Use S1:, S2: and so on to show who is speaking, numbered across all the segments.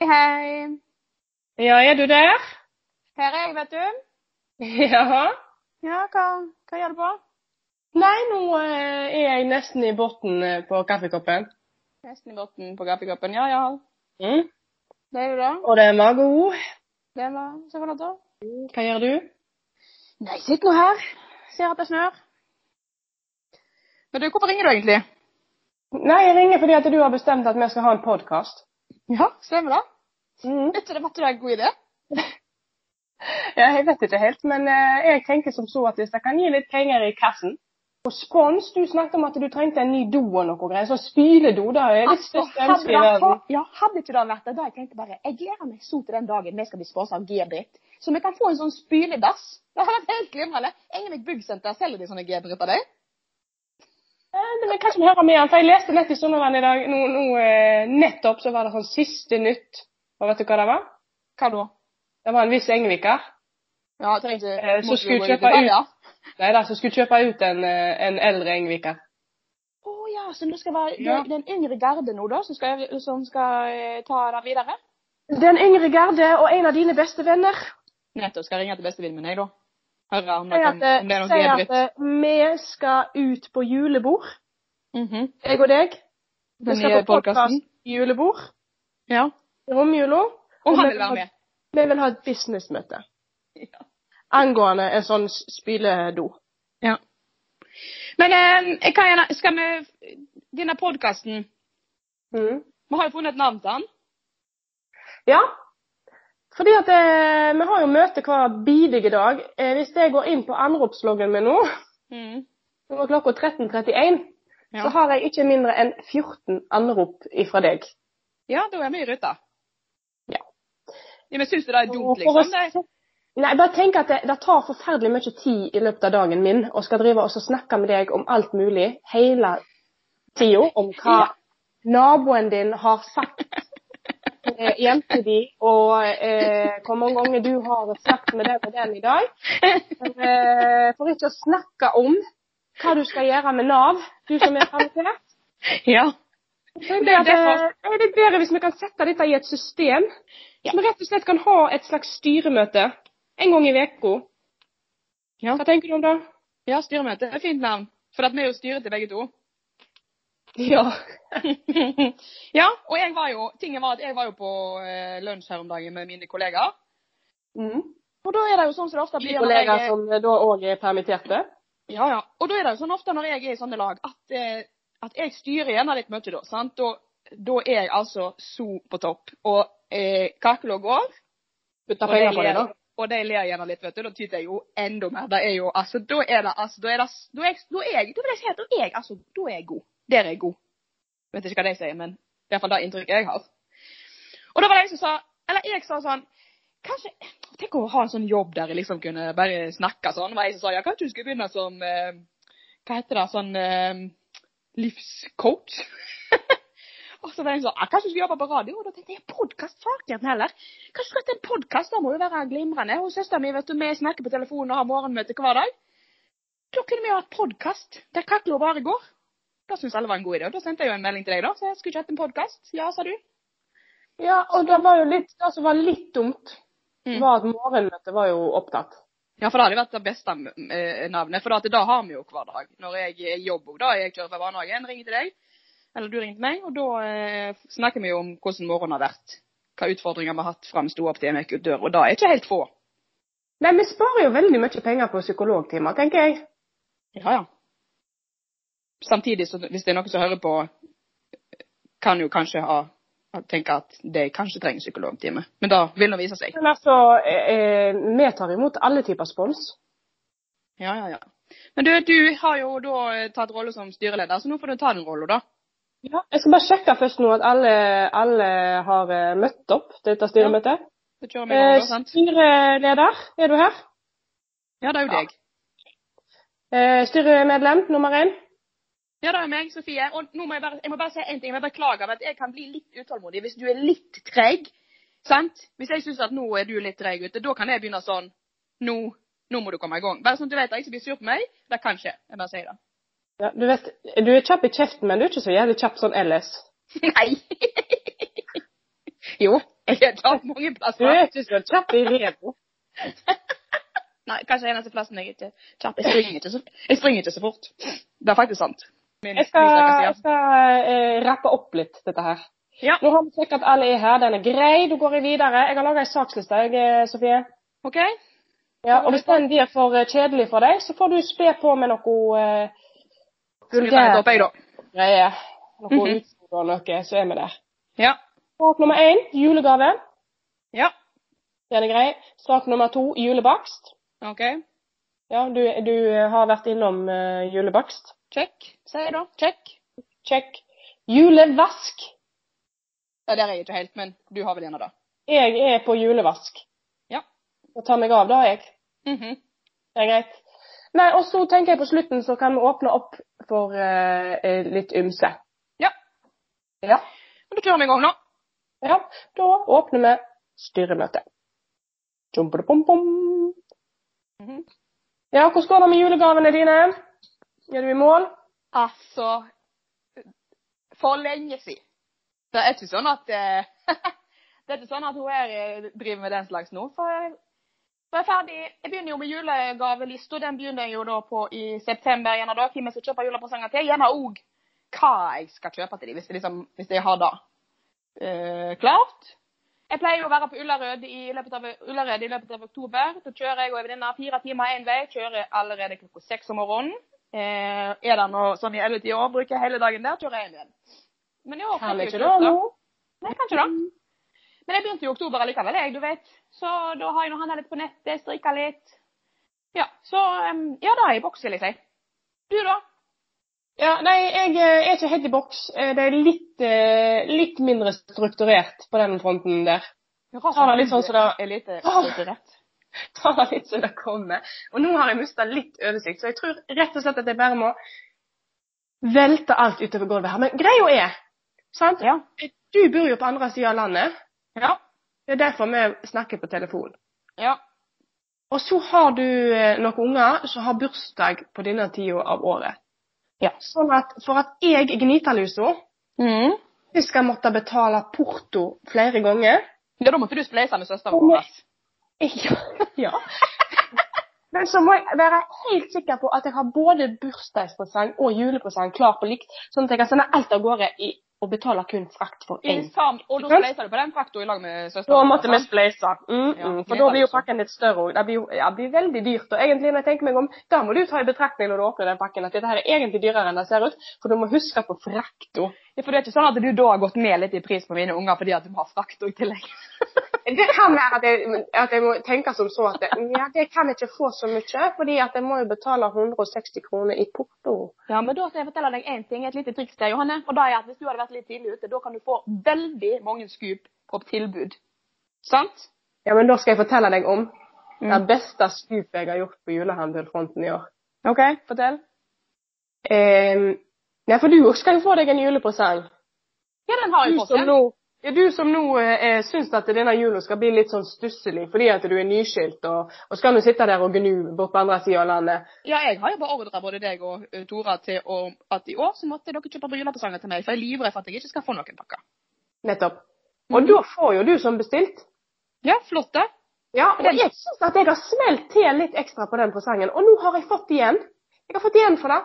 S1: hei.
S2: Ja, er du der?
S1: Her er jeg, vet du.
S2: Ja.
S1: Ja, hva, hva gjør du på?
S2: Nei, nå eh, er jeg nesten i bunnen eh, på kaffekoppen.
S1: Nesten i bunnen på kaffekoppen. Ja, ja.
S2: Mm.
S1: Det er jo det.
S2: Og den var god.
S1: Det var så flott, da.
S2: Hva gjør du?
S1: Nei, sitt nå her. Ser at det snør. Men du, hvorfor ringer du egentlig?
S2: Nei, jeg ringer fordi at du har bestemt at vi skal ha en podkast.
S1: Ja, stemmer det.
S2: Mm.
S1: Vet du, det måtte være en god idé.
S2: Ja, jeg vet ikke helt, men eh, jeg tenker som så at hvis jeg kan gi litt penger i kassen Og spons, du snakket om at du trengte en ny do og noe greier. Sånn spyledo, det er litt
S1: Altså,
S2: største ønske i verden.
S1: ja, hadde ikke det vært det da, jeg tenkte bare, jeg gleder meg så til den dagen vi skal bli sponset av G-dritt. Så vi kan få en sånn spyledass. Det hadde vært helt glimrende. Engelbrekk Byggsenter, selger de sånne G-dritt av deg?
S2: Eh, Men kanskje vi hører mer, for jeg leste nett i Sunnhordland i dag, nå, nå, eh, nettopp så var det sånn siste nytt. Og vet du hva det var?
S1: Hva da?
S2: Det var en viss engviker.
S1: Ja, jeg trenger ikke...
S2: Eh, så skulle
S1: Må gå
S2: kjøpe
S1: i detaljer.
S2: Nei da, som skulle kjøpe ut en, eh, en eldre engviker.
S1: Å ja, så det skal være
S2: Ja.
S1: den yngre garde nå, da, som skal, som skal eh, ta det videre?
S2: Den yngre garde og en av dine beste venner
S1: Nettopp. Skal ringe til bestevennen min, jeg, da. Høre om det,
S2: sier
S1: kan,
S2: at, eh,
S1: om det er noe
S2: sier at
S1: G-dritt.
S2: eh, vi skal ut på julebord,
S1: Mhm.
S2: jeg og deg. Vi
S1: Den
S2: skal
S1: nye
S2: på podkast
S1: podcasten.
S2: julebord
S1: Ja.
S2: i romjula.
S1: Og
S2: Og
S1: han
S2: vi
S1: vil
S2: har-
S1: være med.
S2: Vi vil ha et businessmøte
S1: Ja.
S2: angående en sånn s- spyledo.
S1: Men eh, jeg kan gjerne, skal vi Denne podkasten
S2: Mm.
S1: Vi har jo funnet et navn til den.
S2: Ja. Fordi at eh, vi har jo møte hver bidige dag. Eh, hvis jeg går inn på anropsloggen min nå
S1: Mm.
S2: Nå er klokka 13.31.
S1: Ja.
S2: Så har jeg ikke mindre enn 14 anrop ifra deg.
S1: Ja, da er vi i rute.
S2: Ja.
S1: ja men syns du det er
S2: Og
S1: dumt,
S2: for
S1: liksom?
S2: oss-
S1: Det,
S2: Nei, bare tenk at det, det tar forferdelig mye tid i løpet av dagen min å skal drive og så snakke med deg om alt mulig hele tida. Om hva
S1: Ja.
S2: naboen din har sagt eh, jenta di, og eh, hvor mange ganger du har snakket med den og den i dag. Eh, for ikke å snakke om hva du skal gjøre med Nav, du som er permittert.
S1: ja.
S2: Jeg
S1: Det er
S2: tenker at,
S1: derfor-
S2: eh, er det bedre hvis vi kan sette dette i et system,
S1: Ja.
S2: som rett og slett kan ha et slags styremøte en gang i uka.
S1: Ja.
S2: Hva tenker du om det?
S1: ja, styremøte. Det er et fint navn. For at vi er jo styret til begge to.
S2: Ja.
S1: ja, og jeg var jo Tingen var at jeg var jo på eh, lunsj her om dagen med mine kollegaer.
S2: Mm.
S1: Og da er det jo sånn som det ofte
S2: De
S1: blir når
S2: kollegaer
S1: jeg er-
S2: som da òg er permitterte?
S1: Ja, ja. Og da er det jo sånn ofte når jeg er i sånne lag, at, eh, at jeg styrer gjerne litt mye da. sant? Da, da er jeg altså så på topp. Og eh, kakelå går.
S2: Putter penger på det, da?
S1: Og de ler gjerne litt, vet du. Da tyter jeg jo enda mer. Det er jo, altså, da er det altså, da er det, da er jeg, da er jeg, da vil jeg si at da er jeg, altså, da er jeg god. Der er jeg god. Vet ikke hva de sier, men det er i hvert fall det inntrykket jeg har. Og da var det jeg som sa, eller jeg sa sånn, kanskje, tenk å ha en sånn jobb der jeg liksom kunne bare snakke sånn. Det var jeg som sa, ja, kanskje du skulle begynne som, eh, hva heter det, sånn eh, livscoach? og så var det en sånn, ja, kanskje du skulle jobbe på radio? Og da tenkte jeg, podcast, sakligheten heller. Kanskje skal til en podkast, da må jo være glimrende. Og søsteren min, vet du, vi snakker på telefonen og har morgenmøte hver dag. Da kunne vi jo hatt podkast der kakla bare går. Da syntes alle var en god idé. Og da sendte jeg jo en melding til deg, da. Så jeg skulle ikke hatt en podkast. Ja, sa du.
S2: Ja, og det var jo litt Det som var litt dumt,
S1: Mm.
S2: var at morgenmøtet var jo opptatt.
S1: Ja, for det hadde vært det beste eh, navnet. For at da har vi jo hver dag. Når jeg er i jobb òg, da. Jeg kjører fra barnehagen, ringer til deg. Eller du ringer til meg. Og da eh, snakker vi jo om hvordan morgenen har vært. Hva utfordringer vi har hatt fra vi sto opp til en gikk ut døra. Og da er ikke helt få.
S2: Nei, vi sparer jo veldig mye penger på psykologtimer, tenker jeg.
S1: Ja, ja. Samtidig, så hvis det er noen som hører på, kan jo kanskje ha tenke at de kanskje trenger psykologtime. Men da vil det vise seg.
S2: Men altså, eh, eh, vi tar imot alle typer spons.
S1: Ja, ja, ja. Men du, du har jo da eh, tatt rolle som styreleder, så nå får du ta den rollen, da.
S2: Ja, jeg skal bare sjekke først nå at alle, alle har eh, møtt opp til dette styremøtet.
S1: Så kjører vi
S2: Eh,
S1: over, sant?
S2: styreleder, er du her?
S1: Ja, det er jo
S2: ja.
S1: deg.
S2: Eh, styremedlem nummer én.
S1: Ja, det er meg, Sofie. Og nå må jeg bare, jeg må bare si en ting. Jeg må beklage at jeg kan bli litt utålmodig hvis du er litt treg. Sant? Hvis jeg syns at nå er du litt treg ute, da kan jeg begynne sånn. Nå, nå må du komme i gang. Bare sånn at du vet at jeg ikke blir sur på meg. Det kan skje. Jeg bare sier det.
S2: Ja, du vet, du er kjapp i kjeften, men du er ikke så jævlig kjapp sånn ellers.
S1: Nei. jo, Jeg er klar mange
S2: Du
S1: plasser.
S2: er ikke så kjapp i revo.
S1: Nei, kanskje eneste plassen jeg ikke kjapp. Jeg springer ikke så, jeg springer ikke så fort. Det er faktisk sant. Min
S2: Jeg skal,
S1: musiker sier.
S2: jeg skal eh, rappe opp litt dette her.
S1: Ja.
S2: Nå har vi sjekket at alle er her. Den er grei. Da går jeg videre. Jeg har laga ei saksliste, jeg, eh, Sofie.
S1: OK?
S2: Ja, og hvis den blir for eh, kjedelig for deg, så får du spe på med noe eh,
S1: Så vi tar det opp, jeg, da.
S2: greie. Noe
S1: Mhm.
S2: utstyr og noe, så er vi der.
S1: Ja.
S2: Sak nummer én julegave.
S1: Ja.
S2: Den er grei. Sak nummer to julebakst.
S1: OK.
S2: Ja, du, du eh, har vært innom eh, julebakst.
S1: Check, sier jeg da. Check.
S2: Check. Julevask.
S1: Ja, der er jeg ikke helt, men du har vel en av det.
S2: Jeg er på julevask.
S1: Ja.
S2: Og tar meg av, da, jeg.
S1: Mhm.
S2: Det er greit. Nei, og så tenker jeg på slutten så kan vi åpne opp for eh, eh, litt ymse.
S1: Ja.
S2: Ja.
S1: Men Da kjører vi i gang nå.
S2: Ja, da åpner vi styremøtet. Tjompadepom-pom.
S1: Mhm.
S2: Ja, hvordan går det med julegavene dine? Er du i mål?
S1: Altså For lenge siden. Det er ikke sånn at eh, Det er ikke sånn at hun her eh, driver med den slags nå. For jeg, for jeg er ferdig Jeg begynner jo med julegavelista. Den begynner jeg jo da på i september. Gjerne da hvem jeg skal kjøpe julepresanger til. Gjerne òg hva jeg skal kjøpe til dem, hvis, jeg liksom, hvis jeg har det eh, klart. Jeg pleier jo å være på Ullerød i løpet av, Ullerød i løpet av oktober. Da kjører jeg og en venninne fire timer én vei. Kjører allerede klokka seks om morgenen. Eh, er det noe sånn i 11-10 år, bruker jeg hele dagen der, kjører jeg igjen. Men i år
S2: Kan
S1: jeg
S2: ikke
S1: jo
S2: det
S1: gjort
S2: nå?
S1: Nei, kanskje da.
S2: Mm.
S1: Men jeg begynte jo i oktober allikevel, jeg, du vet. Så da har jeg nå handla litt på nettet, strikka litt. Ja, så em, Ja, da er jeg i boks, vil jeg si. Du, da?
S2: Ja, nei, jeg eh, er ikke helt i boks. Eh, Det er litt, eh, litt mindre strukturert på den fronten der.
S1: Rart
S2: Ta det litt sånn som det-
S1: er lite
S2: Ah.
S1: lite rett.
S2: Ta det litt som det kommer. Og nå har jeg mista litt oversikt, så jeg tror rett og slett at jeg bare må velte alt utover gulvet her. Men greia er, sant,
S1: Ja.
S2: du bor jo på andre sida av landet.
S1: Ja.
S2: Det er derfor vi snakker på telefon.
S1: Ja.
S2: Og så har du eh, noen unger som har bursdag på denne tida av året.
S1: Ja.
S2: Sånn at for at jeg, gnitarlusa,
S1: Mm.
S2: ikke skal måtte betale porto flere ganger
S1: ja. Da måtte du spleise med søsteren
S2: Om
S1: vår.
S2: jeg- Ja. ja. Men så må jeg være helt sikker på at jeg har både bursdagspresang og julepresang klar på likt, sånn at jeg kan sende alt av gårde i, og betale kun frakt for
S1: I
S2: én.
S1: sam- Og da spleiser du på den frakta i lag med søsteren.
S2: Da
S1: vår,
S2: måtte vi
S1: sant?
S2: spleise. Mm,
S1: Ja,
S2: mm. For
S1: det er
S2: da blir jo
S1: sant.
S2: pakken litt større òg. Det blir jo ja, det blir veldig dyrt. Og egentlig, når jeg tenker meg om, da må du ta i betraktning når du åpner den pakken, at dette her er egentlig dyrere enn det ser ut, for du må huske på frakta.
S1: Ja, For det er ikke sånn at du da har gått ned litt i pris på mine unger fordi at du har frakt i tillegg?
S2: Det kan være at jeg, at jeg må tenke som så at det, ja, det kan jeg ikke få så mye, fordi at jeg må jo betale 160 kroner i porto.
S1: Ja, men da skal jeg fortelle deg en ting, et lite triks der, Johanne. Og det er at hvis du hadde vært litt tidlig ute, da kan du få veldig mange skup på tilbud. Sant?
S2: Ja, men da skal jeg fortelle deg om
S1: Mm.
S2: det beste skupet jeg har gjort på julehandelfronten i år.
S1: OK, fortell.
S2: Eh, nei, for du også skal jo få deg en julepresang.
S1: Ja, den har
S2: Du
S1: jeg fått.
S2: som
S1: ja.
S2: nå, ja, du som nå eh, syns at denne jula skal bli litt sånn stusselig fordi at du er nyskilt, og, og skal nå sitte der og gnu bort på andre sida av landet.
S1: Ja, jeg har jo beordra både deg og eh, Tora til å, at i år så måtte dere kjøpe julepresanger til meg, for jeg er livredd for at jeg ikke skal få noen pakker.
S2: Nettopp. Og
S1: Mm.
S2: da får jo du som bestilt.
S1: Ja, flott det.
S2: Ja, og jeg syns at jeg har smelt til litt ekstra på den presangen. Og nå har jeg fått igjen. Jeg har fått igjen for det.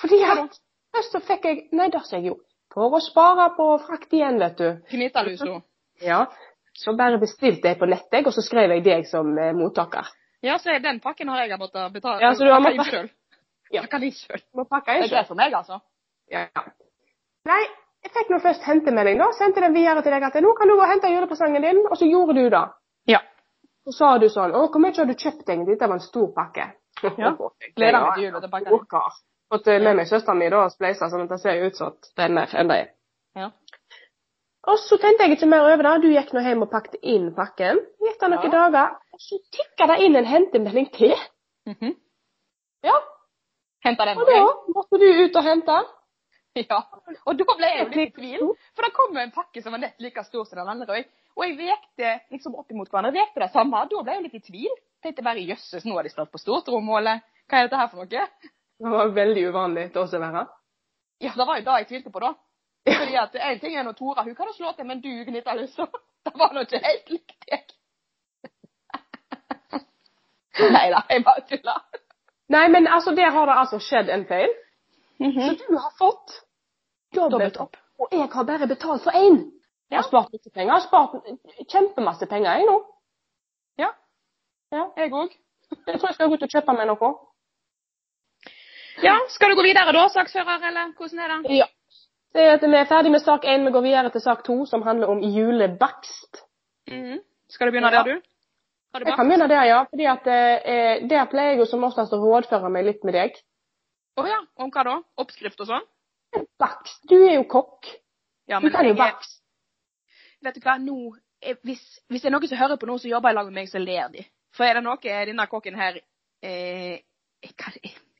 S2: Fordi at først så fikk jeg Nei, det sa jeg jo. For å spare på frakt igjen, vet du.
S1: Gnitalus nå.
S2: Ja. Så bare bestilte jeg på nettet, og så skrev jeg deg som eh, mottaker.
S1: Ja, så er den pakken har jeg måttet betale.
S2: Ja, så du har
S1: Pakka inn
S2: måttet-
S1: selv.
S2: Ja.
S1: Pakka inn selv.
S2: Må pakke
S1: Det
S2: inn
S1: er greit
S2: sjøl.
S1: for meg, altså.
S2: Ja. Nei, jeg fikk nå først hentemelding, da. Sendte den videre til deg at nå kan du gå og hente julepresangen din. Og så gjorde du det.
S1: Ja.
S2: Så sa du sånn Å, hvor mye har du kjøpt egentlig? Dette var en stor pakke.
S1: Ja. Gleder meg til jul, dette pakken.
S2: Orker. Fått eh, med meg søsteren min da og spleisa, sånn at det ser ut som at det er mer enn det er.
S1: Ja.
S2: Og så tenkte jeg ikke mer over det. Du gikk nå hjem og pakket inn pakken. Gikk det noen
S1: Ja.
S2: dager, og så tikka det inn en hentemelding til.
S1: Mhm.
S2: Ja,
S1: Henta den
S2: og
S1: for
S2: da
S1: meg.
S2: måtte du ut og hente.
S1: Ja. Og da ble jeg jo litt i tvil. For det kom jo en pakke som var nett like stor som den andre. og jeg- Og jeg vekte liksom opp imot hverandre. Jeg vekte det samme. Da ble jeg jo litt i tvil. Tenkte bare jøsses, nå har de stått på stortrommålet. Hva er dette her for noe?
S2: Det var veldig uvanlig til oss å være.
S1: Ja, det var jo det jeg tvilte på, da. Fordi at en ting er når Tora hun kan jo slå til, men du gnitter løs. altså. Det var nå ikke helt likt deg. Nei da, jeg bare tuller.
S2: Nei, men altså, der har det altså skjedd en feil. Så
S1: Mhm.
S2: du har fått Mhm. dobbelt
S1: Dobbelt opp.
S2: opp. Og jeg har bare betalt for én.
S1: Ja.
S2: Jeg har spart mye penger. Jeg har spart kjempemasse penger, jeg nå.
S1: Ja.
S2: Ja.
S1: Jeg òg.
S2: Jeg tror jeg skal gå ut og kjøpe meg noe.
S1: Ja, skal du gå videre da, saksfører, eller hvordan er det?
S2: Ja. Det er at Vi er ferdig med sak én. Vi går videre til sak to, som handler om julebakst.
S1: Mhm. Skal du begynne der, du? Har du
S2: Jeg
S1: bakt?
S2: kan begynne der, ja. fordi at eh, Der pleier jeg jo som oftest å rådføre meg litt med deg.
S1: Å ja. Om hva da? Oppskrift og sånn?
S2: Bakst. Du er jo kokk.
S1: Ja,
S2: Du
S1: men
S2: kan jo
S1: jeg er
S2: bakst.
S1: Vet du hva, nå eh, hvis, hvis det er noen som hører på noen som jobber i lag med meg, så ler de. For er det noe denne kokken her eh, jeg, kan,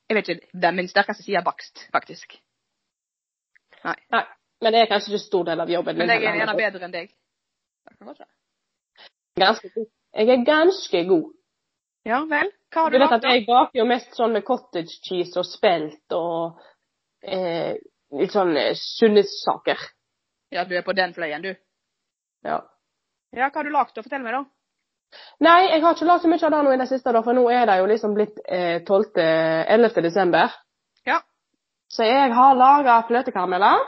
S1: jeg vet ikke. Det er min sterkeste side er bakst, faktisk.
S2: Nei, men det er kanskje ikke stor del av jobben
S1: Men jeg er
S2: heller.
S1: gjerne bedre enn deg. Akkurat det.
S2: ganske god. Jeg er ganske god.
S1: Ja vel. Hva har
S2: Du
S1: du
S2: vet
S1: lagd,
S2: at
S1: da?
S2: jeg baker jo mest sånn med cottage cheese og spelt og eh, litt sånn eh, sunne saker.
S1: Ja, du er på den fløyen, du.
S2: Ja.
S1: Ja, hva har du lagd, da? Fortell meg, da.
S2: Nei, jeg har ikke lagd så mye av det nå i det siste, da, for nå er det jo liksom blitt eh, 12. 11. desember.
S1: Ja.
S2: Så jeg har laga fløtekarameller.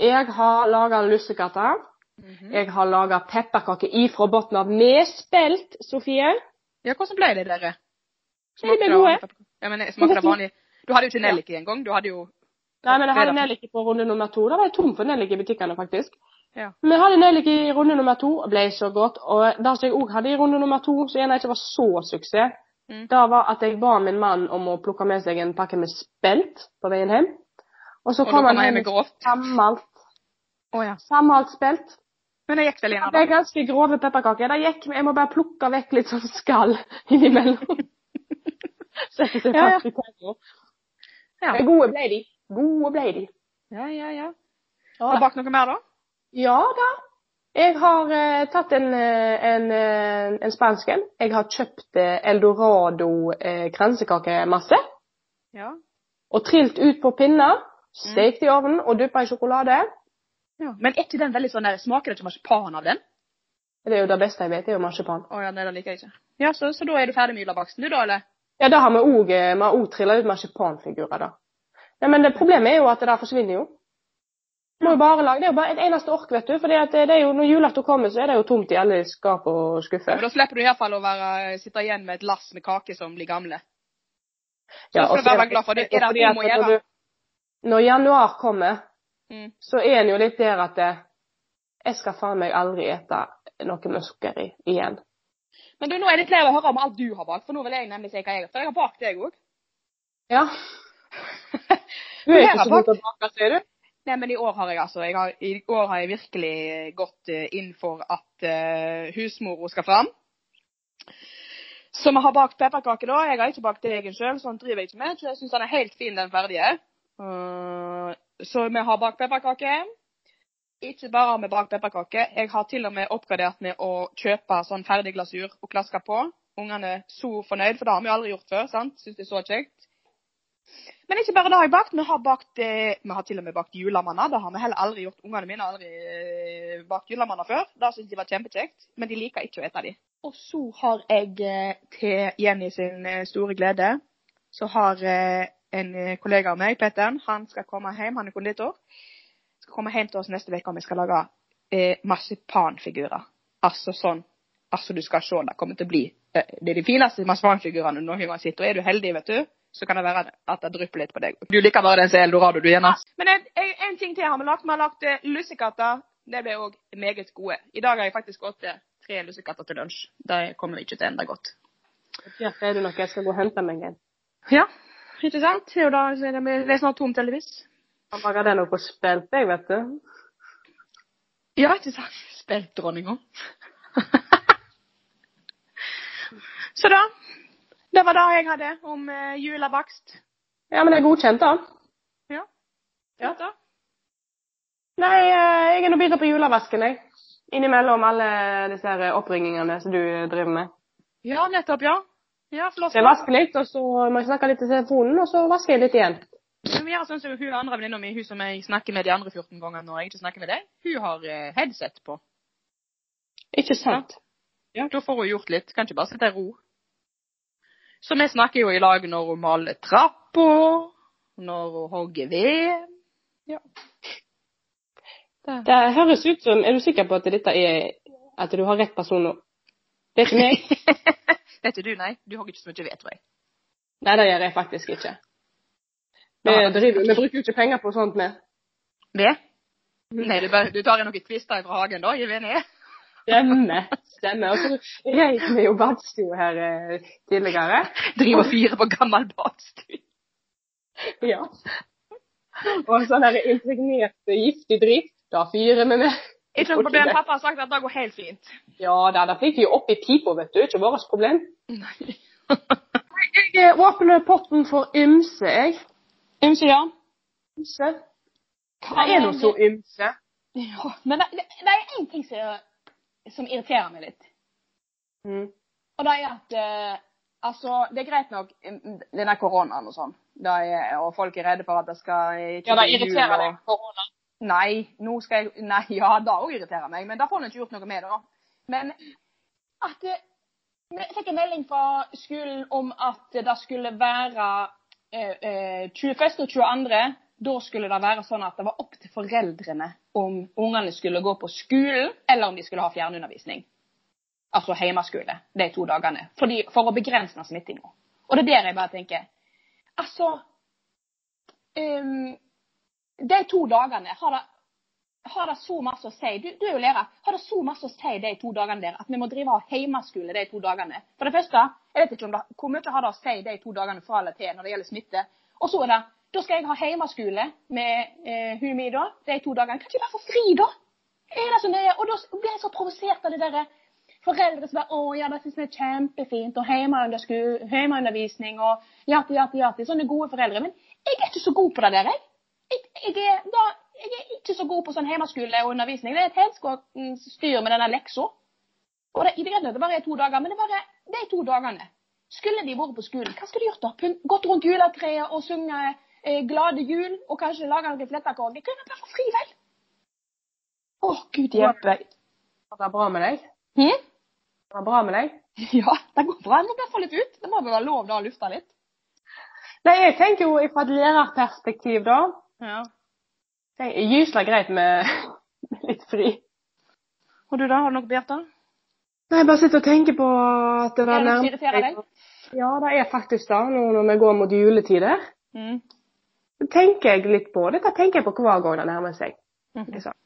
S2: Jeg har laga lussekatter.
S1: Mhm.
S2: Jeg har laga pepperkaker ifra bunnen av med spelt, Sofie.
S1: Ja, hvordan ble det, dere?
S2: Nei,
S1: Smakte
S2: men gode.
S1: det- Ja, men jeg smakte det vanlig? Du hadde jo ikke nellik engang. Du hadde jo
S2: Nei, men jeg hadde
S1: Det er
S2: nellik på runde nummer to. Da var jeg tom for nellik i butikkene, faktisk.
S1: Ja.
S2: Men jeg hadde nellik i runde nummer to, ble så godt. Og det som jeg òg hadde i runde nummer to, som gjerne ikke var så suksess,
S1: Mm.
S2: det var at jeg ba min mann om å plukke med seg en pakke med spelt på veien hjem. Og så
S1: Og nå
S2: kom han
S1: kommer jeg
S2: hjem
S1: med
S2: med
S1: grovt.
S2: gammelt,
S1: Å ja.
S2: gammelt spelt.
S1: Men det gikk det, Lena,
S2: Det
S1: da.
S2: er ganske grove pepperkaker. Det gikk, men jeg må bare plukke vekk litt sånn skall innimellom. Sette seg
S1: Ja, ja.
S2: fast i tennene.
S1: Ja.
S2: Men Gode ble de. Gode ble de.
S1: Ja, ja, ja.
S2: Ja,
S1: Har du bakt noe mer, da?
S2: Ja da. Jeg har eh, tatt en, eh, en, eh, en spansk en. Jeg har kjøpt eh, eldorado eh, kransekakemasse
S1: Ja.
S2: og trilt ut på pinner. Stekt i ovnen og dyppa i sjokolade.
S1: ja. Men er ikke den veldig sånn der Smaker det ikke marsipan av den?
S2: Det er jo det beste jeg vet, det er jo marsipan.
S1: Å ja, nei, det liker jeg ikke. Ja, så, så da er du ferdig med julebaksten, du da, eller?
S2: Ja, da har vi òg eh, vi har også trilla ut marsipanfigurer, da. Nei, men det problemet er jo at det der forsvinner jo. Må jo bare lage, Det er jo bare et eneste ork, vet du. For det er jo, når julaften kommer, så er det jo tomt i alle skap og skuffer.
S1: Men da slipper du i hvert fall å være, sitte igjen med et lass med kaker som blir gamle. Så
S2: Ja,
S1: skal
S2: og
S1: du
S2: så
S1: bare
S2: er
S1: være glad for det. Er det
S2: fordi
S1: noe
S2: at
S1: å
S2: når
S1: gjøre?
S2: du- Når januar kommer,
S1: Mm.
S2: så er en jo litt der at eh, jeg skal faen meg aldri ete noe med sukker i igjen.
S1: Men du, nå er det flere å høre om alt du har bakt, for nå vil jeg nemlig si hva jeg har. For jeg har bakt deg òg.
S2: Ja. Du
S1: Men
S2: er
S1: her
S2: ikke så
S1: bak-
S2: god til å bake, sier du?
S1: Nei, men i år har jeg altså jeg har, I år har jeg virkelig eh, gått eh, inn for at uh, husmora skal fram. Så vi har bakt pepperkaker, da. Jeg har ikke bakt egen sjøl, så den driver jeg ikke med. Så jeg syns den er helt fin, den ferdige. Eh, så vi har bakt pepperkaker. Ikke bare har vi bakt pepperkaker. Jeg har til og med oppgradert med å kjøpe sånn ferdig glasur og klaske på. Ungene er så fornøyd, for det har vi jo aldri gjort før. sant? Syns det er så kjekt. Men ikke bare det har jeg bakt. Vi har, bakt, eh, vi har til og med bakt julemanner. Det har vi heller aldri gjort. Ungene mine har aldri eh, bakt julemanner før. Det syns de var kjempekjekt, men de liker ikke å ete de. Og så har jeg eh, til Jenny sin eh, store glede, så har eh, en eh, kollega av meg, Petter, han skal komme hjem, han er konditor, skal komme hjem til oss neste uke om vi skal lage eh, marsipanfigurer. Altså sånn Altså, du skal se, det kommer til å bli eh, Det er de fineste marsipanfigurene noen gang sitter. Og er du heldig, vet du, så kan det være at det drypper litt på deg. Du liker bare den som er eldorado, du, Jenna. Men en, en, en ting til har vi lagt. Vi har lagt eh, lussekatter. Det ble òg meget gode. I dag har jeg faktisk gått til tre lussekatter til lunsj. Det kommer vi ikke til å endre godt.
S2: Ja, det er du nok. Jeg skal gå og hente meg en.
S1: Ja, ikke sant? Det er jo da, så er det, det er snart tomt, heldigvis.
S2: Han baker den opp og spilte, jeg, vet du.
S1: Ja, ikke sant? Spilt dronninga. Så da. Det var det jeg hadde om eh, julebakst.
S2: Ja, men det er godkjent, da.
S1: Ja. Ja da.
S2: Nei, eh, jeg er nå begynt på julevasken, jeg. Innimellom alle disse her oppringingene som du driver med.
S1: Ja, nettopp, ja. Ja, flott.
S2: Så jeg vasker litt, og så må jeg snakke litt til telefonen, og så vasker jeg litt igjen.
S1: Men vi gjør sånn som hun andre venninna mi, hun som jeg snakker med de andre 14 gangene når jeg ikke snakker med deg, hun har eh, headset på.
S2: Ikke sant?
S1: Ja, da får hun gjort litt. Kan ikke bare sitte i ro. Så vi snakker jo i lag når hun maler trappa, når hun hogger ved.
S2: Det høres ut som Er du sikker på at dette er At du har rett person nå? Det er ikke meg?
S1: Vet du, nei, du hogger ikke så mye ved, tror jeg.
S2: Nei, det gjør jeg faktisk ikke. Vi,
S1: Nei.
S2: driver, vi bruker jo ikke penger på sånt, vi.
S1: Ved? Nei, du, bare, du tar inn noen kvister fra hagen da, gir ved ned.
S2: Stemmer. Stemmer. Og så reit vi jo badstua her eh, tidligere.
S1: Driver og fyrer på gammel badstue.
S2: Ja. Og sånn der impregnert giftig drit. Da fyrer vi med.
S1: Ikke noe problem. Pappa har sagt at det går helt fint.
S2: Ja da, da fikk vi jo opp i pipa, vet du. Ikke vårt problem.
S1: Nei.
S2: Jeg eh, åpner potten for ymse, jeg. Ymse, ja. Ymse. Hva er nå så ymse?
S1: Ja, men det, det, det er én ting som, som irriterer meg litt. Og det er at eh, altså, det er greit nok mm, denne koronaen og sånn, Det er, og folk er redde for at det skal eh,
S2: Ja, det irriterer deg. Korona.
S1: Nei, nå skal jeg Nei, ja, det òg irriterer meg, men det får en ikke gjort noe med, da. Men at eh, Jeg fikk en melding fra skolen om at det skulle være eh, eh, 21. og 22. Da skulle det være sånn at det var opp til foreldrene om ungene skulle gå på skolen, eller om de skulle ha fjernundervisning. Altså hjemmeskole de to dagene. Fordi, for å begrense smittinga. Og det er der jeg bare tenker Altså ehm, de to dagene, har det, har det så masse å si? Du, du er jo lærer. Har det så masse å si de to dagene der at vi må drive av hjemmeskole de to dagene? For det første, jeg vet ikke om det, hvor mye har det å si de to dagene fra eller til når det gjelder smitte. Og så er det da skal jeg ha hjemmeskole med eh, hun mi da, de to dagene. Kan ikke jeg bare få fri, da? Er det så nøye? Og da s- blir jeg så provosert av det derre foreldre som bare 'Å ja, det syns vi er kjempefint', og hjemmeundersku- hjemmeundervisning og jati, jati, jati. Sånne gode foreldre. Men jeg er ikke så god på det der, jeg. Jeg, jeg, er, da, jeg er ikke så god på sånn hjemmeskole og undervisning. Det er et helskottens styr med denne leksa. Og det, det er greit at det bare er to dager, men det er bare de to dagene. Skulle de vært på skolen, hva skulle de gjort da? Pynt- Gått rundt juletreet og sunget eh, 'Glade jul' og kanskje laga noen flettakorn? De kunne bare få fri, vel? Å, gud hjelpe.
S2: Har det bra med deg?
S1: Hm?
S2: Har det bra med deg?
S1: Ja, det går bra. Jeg må bare få litt ut. Det må vel være lov da å lufte litt?
S2: Nei, jeg tenker jo fra et lærerperspektiv, da.
S1: Ja.
S2: Det er gyselig greit med med litt fri.
S1: Og du da, har du noe bedre?
S2: Nei, jeg bare sitter og tenker på at det
S1: Er
S2: var
S1: det noe som irriterer deg?
S2: Ja, det er faktisk det, nå når vi går mot juletider.
S1: Mm.
S2: Så tenker jeg litt på det. Da tenker jeg på hver gang det nærmer seg.
S1: Mhm.
S2: Liksom.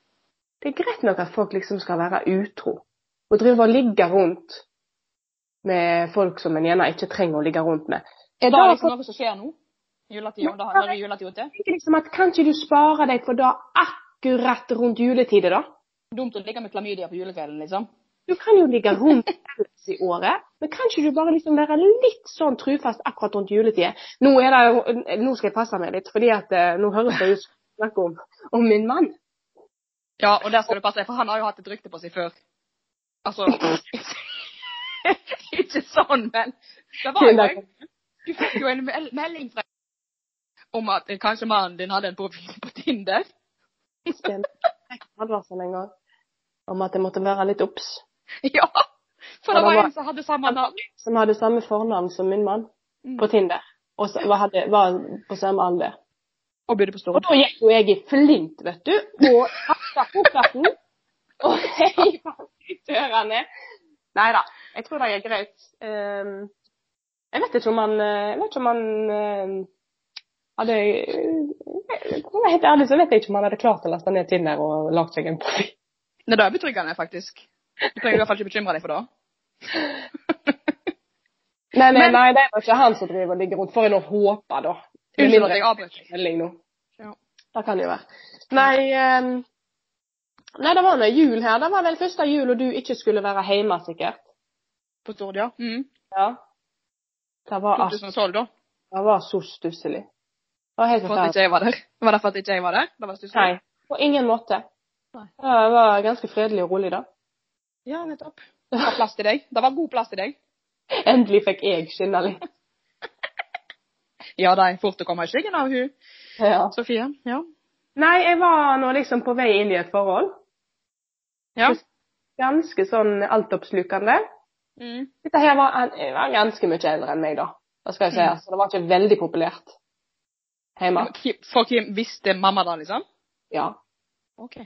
S2: Det er greit nok at folk liksom skal være utro. Og drive og ligge rundt med folk som en gjerne ikke trenger å ligge rundt med.
S1: Er det
S2: Da-
S1: liksom noe som skjer nå? Juletida? om Det hører juletida til?
S2: Jeg tenker liksom at Kan ikke du spare deg for det akkurat rundt juletider, da?
S1: Dumt å ligge med klamydia på julekvelden, liksom?
S2: Du kan jo ligge rundt ellers i året, men kan ikke du bare liksom være litt sånn trufast akkurat rundt juletid? Nå, er det, jo- nå skal jeg passe meg litt, fordi at eh, nå høres det ut som jeg snakker om, om min mann.
S1: Ja, og der skal du passe deg, for han har jo hatt et rykte på seg før. Altså Ikke sånn, men det var jo en Du fikk jo en mel melding fra om at kanskje mannen din hadde en profil på Tinder.
S2: Stemmer. Jeg fikk advarsel sånn en gang om at jeg måtte være litt obs.
S1: Ja! For det
S2: Ja, det
S1: var
S2: var-
S1: en som hadde samme navn.
S2: Som hadde samme fornavn som min mann
S1: Mm.
S2: på Tinder, og så var, hadde, var på samme alder.
S1: Og bodde på
S2: Og
S1: Stord.
S2: da gikk jo jeg i flint, vet du, og kasta kofferten og heiv han i dørene. Nei da, jeg tror det er greit. Ehm, jeg vet ikke om han eh, Jeg vet ikke om han ehm, hadde eh, For å være helt ærlig så vet jeg ikke om han hadde klart å laste ned Tinder og lagd seg en profil.
S1: Nei, det er betryggende, faktisk. Du trenger i hvert fall ikke bekymre deg for det.
S2: Nei, nei,
S1: Men-
S2: nei, det var ikke han som driver og ligger rundt. Får jeg nå håpe, da. Med
S1: Unnskyld
S2: mindre-
S1: at jeg avbrøt.
S2: melding nå.
S1: Ja.
S2: Det kan det jo være. Nei, ehm, nei, det var nå jul her. Det var vel første jul og du ikke skulle være hjemme, sikkert.
S1: På Stord, ja. Mm.
S2: Ja. Det var, altså,
S1: 2012, da.
S2: det var så stusselig. Det var helt
S1: For at
S2: forferdelig.
S1: ikke jeg var der. Var det for at ikke jeg var der? Det var stusslig?
S2: Nei, på ingen måte.
S1: Nei.
S2: Det var ganske fredelig og rolig da.
S1: Ja, nettopp. Det var plass til deg. Det var god plass til deg.
S2: Endelig fikk jeg skinne litt.
S1: Ja, det er fort å komme i skyggen av hun,
S2: Ja.
S1: Sofie. Ja.
S2: Nei, jeg var nå liksom på vei inn i et forhold.
S1: ja.
S2: Ganske sånn altoppslukende.
S1: Mm.
S2: Dette her var, han jeg var ganske mye eldre enn meg, da. Det skal jeg si,
S1: Mm.
S2: altså. Det var ikke veldig populært hjemme.
S1: Kim- For Kim visste mamma da, liksom?
S2: Ja.
S1: OK.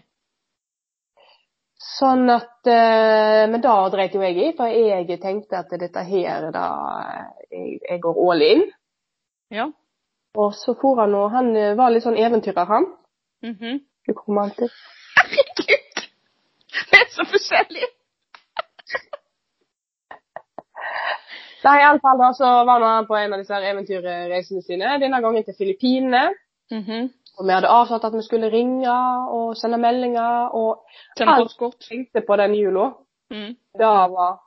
S2: Sånn at eh, Men da dreit jo jeg i, for jeg tenkte at dette her da eh, Jeg, jeg går all in.
S1: Ja.
S2: Og så for han og Han eh, var litt sånn eventyrer, han.
S1: Mhm.
S2: Du kom han til.
S1: Herregud! Vi er så forskjellige!
S2: Nei, iallfall da så var nå han på en av disse her eventyrreisene sine. Denne gangen til Filippinene.
S1: Mhm.
S2: Og vi hadde avtalt at vi skulle ringe og sende meldinger. Og
S1: Send
S2: Alt.
S1: postkort.
S2: tenkte på den jula.
S1: Mm.
S2: Da var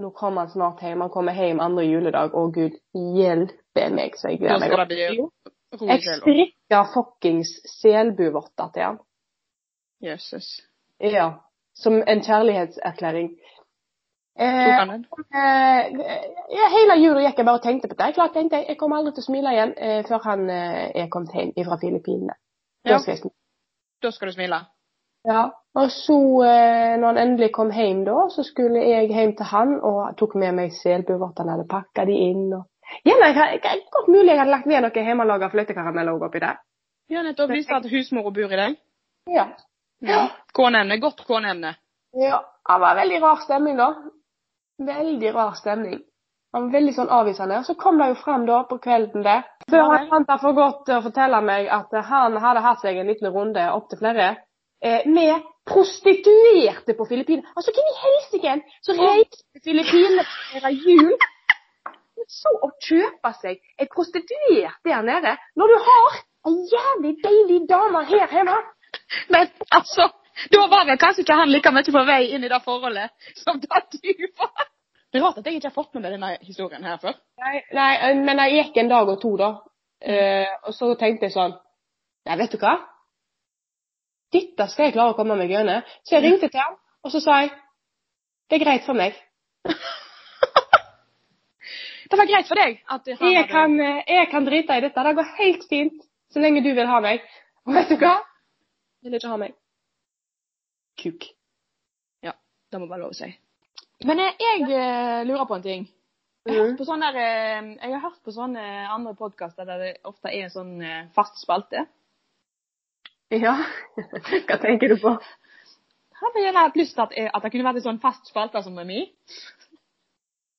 S2: Nå kommer han snart hjem. Han kommer hjem andre juledag. Å, gud hjelpe meg, så jeg
S1: Da
S2: gleder meg.
S1: skal det bli ro i
S2: Jeg
S1: sjela.
S2: strikka fuckings selbuvotter til han.
S1: Jøsses.
S2: Ja. Som en kjærlighetserklæring.
S1: Tok
S2: Eh,
S1: han den?
S2: eh, ja, hele jula gikk jeg bare og tenkte på det. Jeg klart tenkte jeg, jeg kommer aldri til å smile igjen eh, før han eh, er kommet hjem fra Filippinene.
S1: Ja.
S2: Da skal jeg smile.
S1: Da skal du smile.
S2: Ja. Og så, eh, når han endelig kom hjem da, så skulle jeg hjem til han og tok med meg selbuvottene. Hadde pakka de inn og ja, nei, jeg, jeg, Godt mulig jeg hadde lagt ved noe hjemmelaga fløytekarameller oppi der.
S1: Ja, nettopp. Viste at husmora bor i deg.
S2: Ja. Ja.
S1: K-nevne. Godt K-nevne.
S2: Ja, det var veldig rar stemning da. Veldig rar stemning. Han var veldig sånn avvisende. Så kom det jo frem da på kvelden der. Før han fant det for godt å fortelle meg at han hadde hatt seg en liten runde opp til flere eh, med prostituerte på Filippinene. Altså, hvem i helsiken som reiser til Filippinene for å feire jul? Så å kjøpe seg en prostituert der nede, når du har en jævlig deilig dame her hjemme.
S1: Men altså, da var vel kanskje ikke han like mye på vei inn i det forholdet som da du var. Det er rart at jeg ikke har fått med meg denne historien her før.
S2: Nei, nei, eh, men jeg gikk en dag og to, da. Eh, og så tenkte jeg sånn Nei, vet du hva? Dette skal jeg klare å komme meg gjennom. Så jeg ringte til ham, og så sa jeg Det er greit for meg.
S1: Det var greit for deg at han
S2: Jeg
S1: hadde-
S2: kan, eh, jeg kan drite i dette. Det går helt fint så lenge du vil ha meg. Og vet du hva? Vil ikke ha meg. Kuk.
S1: Det må være lov å si. Men eh, jeg eh, lurer på en ting. Jeg har hørt
S2: Mm.
S1: på sånne, der, eh, jeg har hørt på sånne andre podkaster der det ofte er en sånn eh, fast spalte.
S2: Ja. Hva tenker du på?
S1: Hadde jeg hatt lyst til at, eh, at det kunne vært en sånn fast spalte som er min.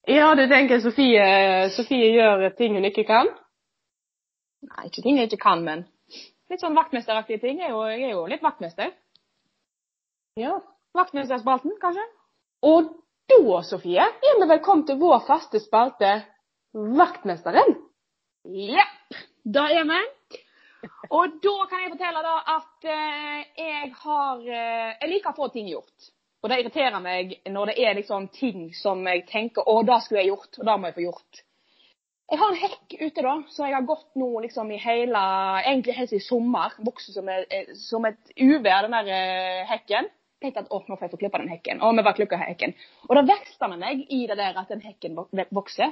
S2: Ja, du tenker Sofie, Sofie gjør ting hun ikke kan?
S1: Nei, ikke ting jeg ikke kan, men litt sånn vaktmesteraktige ting. Jeg er jo, jeg er jo litt vaktmester.
S2: Ja.
S1: Vaktmesterspalten, kanskje?
S2: Og da, Sofie, er vi velkommen til vår faste spalte Vaktmesteren.
S1: Ja, da er vi. Og da kan jeg fortelle da at eh, jeg har eh, Jeg liker å få ting gjort. Og det irriterer meg når det er liksom ting som jeg tenker å, det skulle jeg gjort, og det må jeg få gjort. Jeg har en hekk ute, da, så jeg har gått nå liksom i hele Egentlig helt i sommer. Vokst som, et- eh, som et uvær, den der eh, hekken. Tenkte at å, nå får jeg få klippa den hekken. Å, vi bare klipper hekken. Og det vokser med meg i det der at den hekken vok- vokser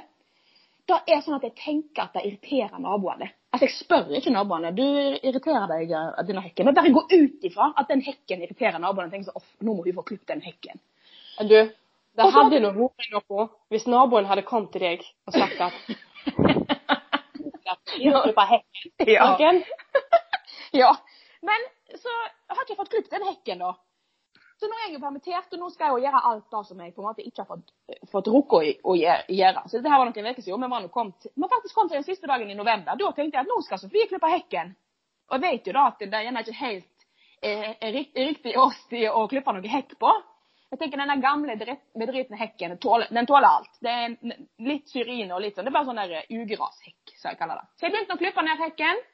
S1: da er det sånn at jeg tenker at det irriterer naboene. Altså, jeg spør ikke naboene. Du irriterer deg av denne hekken. Men bare gå ut ifra at den hekken irriterer naboene. og tenker sånn, «Åh, nå må vi få klippet den hekken.
S2: Du, det
S1: Og så-
S2: hadde nå vært noe hvis naboen hadde kommet til deg og sagt at Ja, du bare hekk, hekken.
S1: Ja. Men så har ikke jeg fått klippet den hekken, da. Så nå er jeg jo permittert, og nå skal jeg jo gjøre alt det som jeg på en måte ikke har fått, fått rukket å gj- å gjø- gjøre. Så dette her var noen uker siden, men vi var nå kommet- vi var faktisk kommet til den siste dagen i november. Da tenkte jeg at nå skal Sofie klippe hekken. Og jeg vet jo da at det er gjerne ikke helt eh, er rikt- er riktig årstid å klippe noe hekk på. Jeg tenker denne gamle, dritt- bedritne hekken, den tåler, den tåler alt. Det er en, litt syrin og litt sånn. Det er bare sånn der eh, ugrashekk, som jeg kaller det. Så jeg begynte å klippe ned hekken.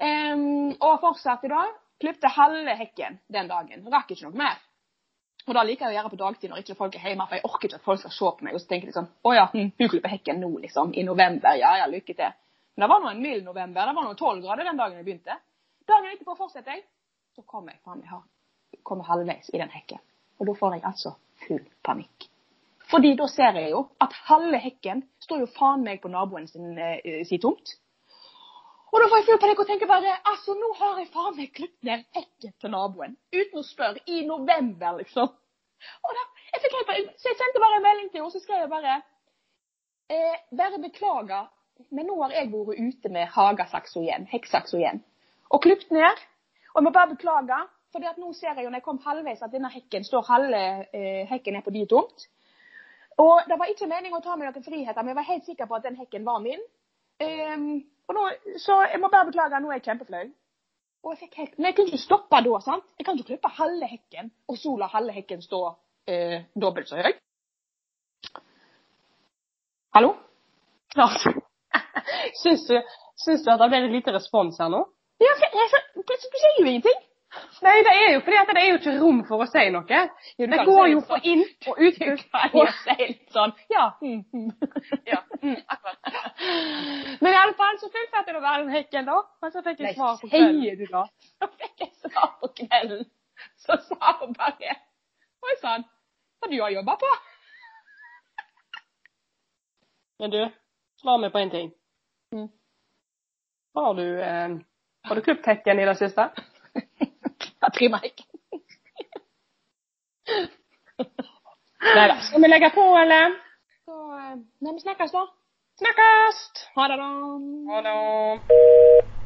S1: Ehm, og fortsatte da. Klippte halve hekken den dagen. Rakk ikke noe mer. Og da liker jeg å gjøre på dagtid når ikke folk er hjemme, for jeg orker ikke at folk skal se på meg og så tenker de sånn Å ja, hm, hun klipper hekken nå, liksom. I november. Ja ja, lykke til. Men det var nå en mild november. Det var nå tolv grader den dagen jeg begynte. Dagen etterpå fortsetter jeg. Så kommer jeg faen meg har- kommer halvveis i den hekken. Og da får jeg altså full panikk. Fordi da ser jeg jo at halve hekken står jo faen meg på naboen sin, eh, sin tomt. Og da får jeg full panikk og tenker bare altså nå har jeg faen meg klippet ned hekken til naboen. Uten å spørre. I november, liksom. Og da, jeg fikk helt panikk. Så jeg sendte bare en melding til henne, så skrev jeg bare eh, Bare beklager, men nå har jeg vært ute med hagesakso igjen. Hekksakso igjen. Og klippet ned. Og jeg må bare beklage, for nå ser jeg jo når jeg kom halvveis at denne hekken står halve eh, hekken er på din tomt. Og det var ikke meningen å ta meg noen friheter, men jeg var helt sikker på at den hekken var min. Ehm, og nå, så jeg må bare beklage, nå er jeg kjempeflau. Og jeg fikk helt, men jeg kunne ikke stoppe da, sant? Jeg kan ikke klippe halve hekken, og så la halve hekken stå eh, dobbelt så høy. Hallo? Ja.
S2: Syns du, syns du at det ble litt lite respons her nå?
S1: Ja, jeg, jeg, jeg, plutselig du sier jo ingenting.
S2: Nei, det er jo fordi at det er jo ikke rom for å si noe.
S1: du
S2: Det
S1: kan
S2: går
S1: si
S2: jo
S1: det,
S2: på
S1: sant?
S2: inn og uttrykk.
S1: Og jeg sier litt sånn, ja. Mm, mm. ja.
S2: Men i alle fall så fullførte jeg da den hekken, da. Men så fikk jeg svar på kvelden.
S1: sier du da? Så fikk jeg svar på kvelden. Så sa hun bare Oi sann, hva du har jobba på?
S2: Men du, svar meg på en ting.
S1: Mm.
S2: Har du, eh, har du klippet hekken i det siste?
S1: Jeg bryr meg ikke.
S2: Nei da. Skal vi legge på, eller?
S1: Så eh, nei, vi snakkes, da.
S2: Snakkes!
S1: Ha det, da.
S2: Ha det.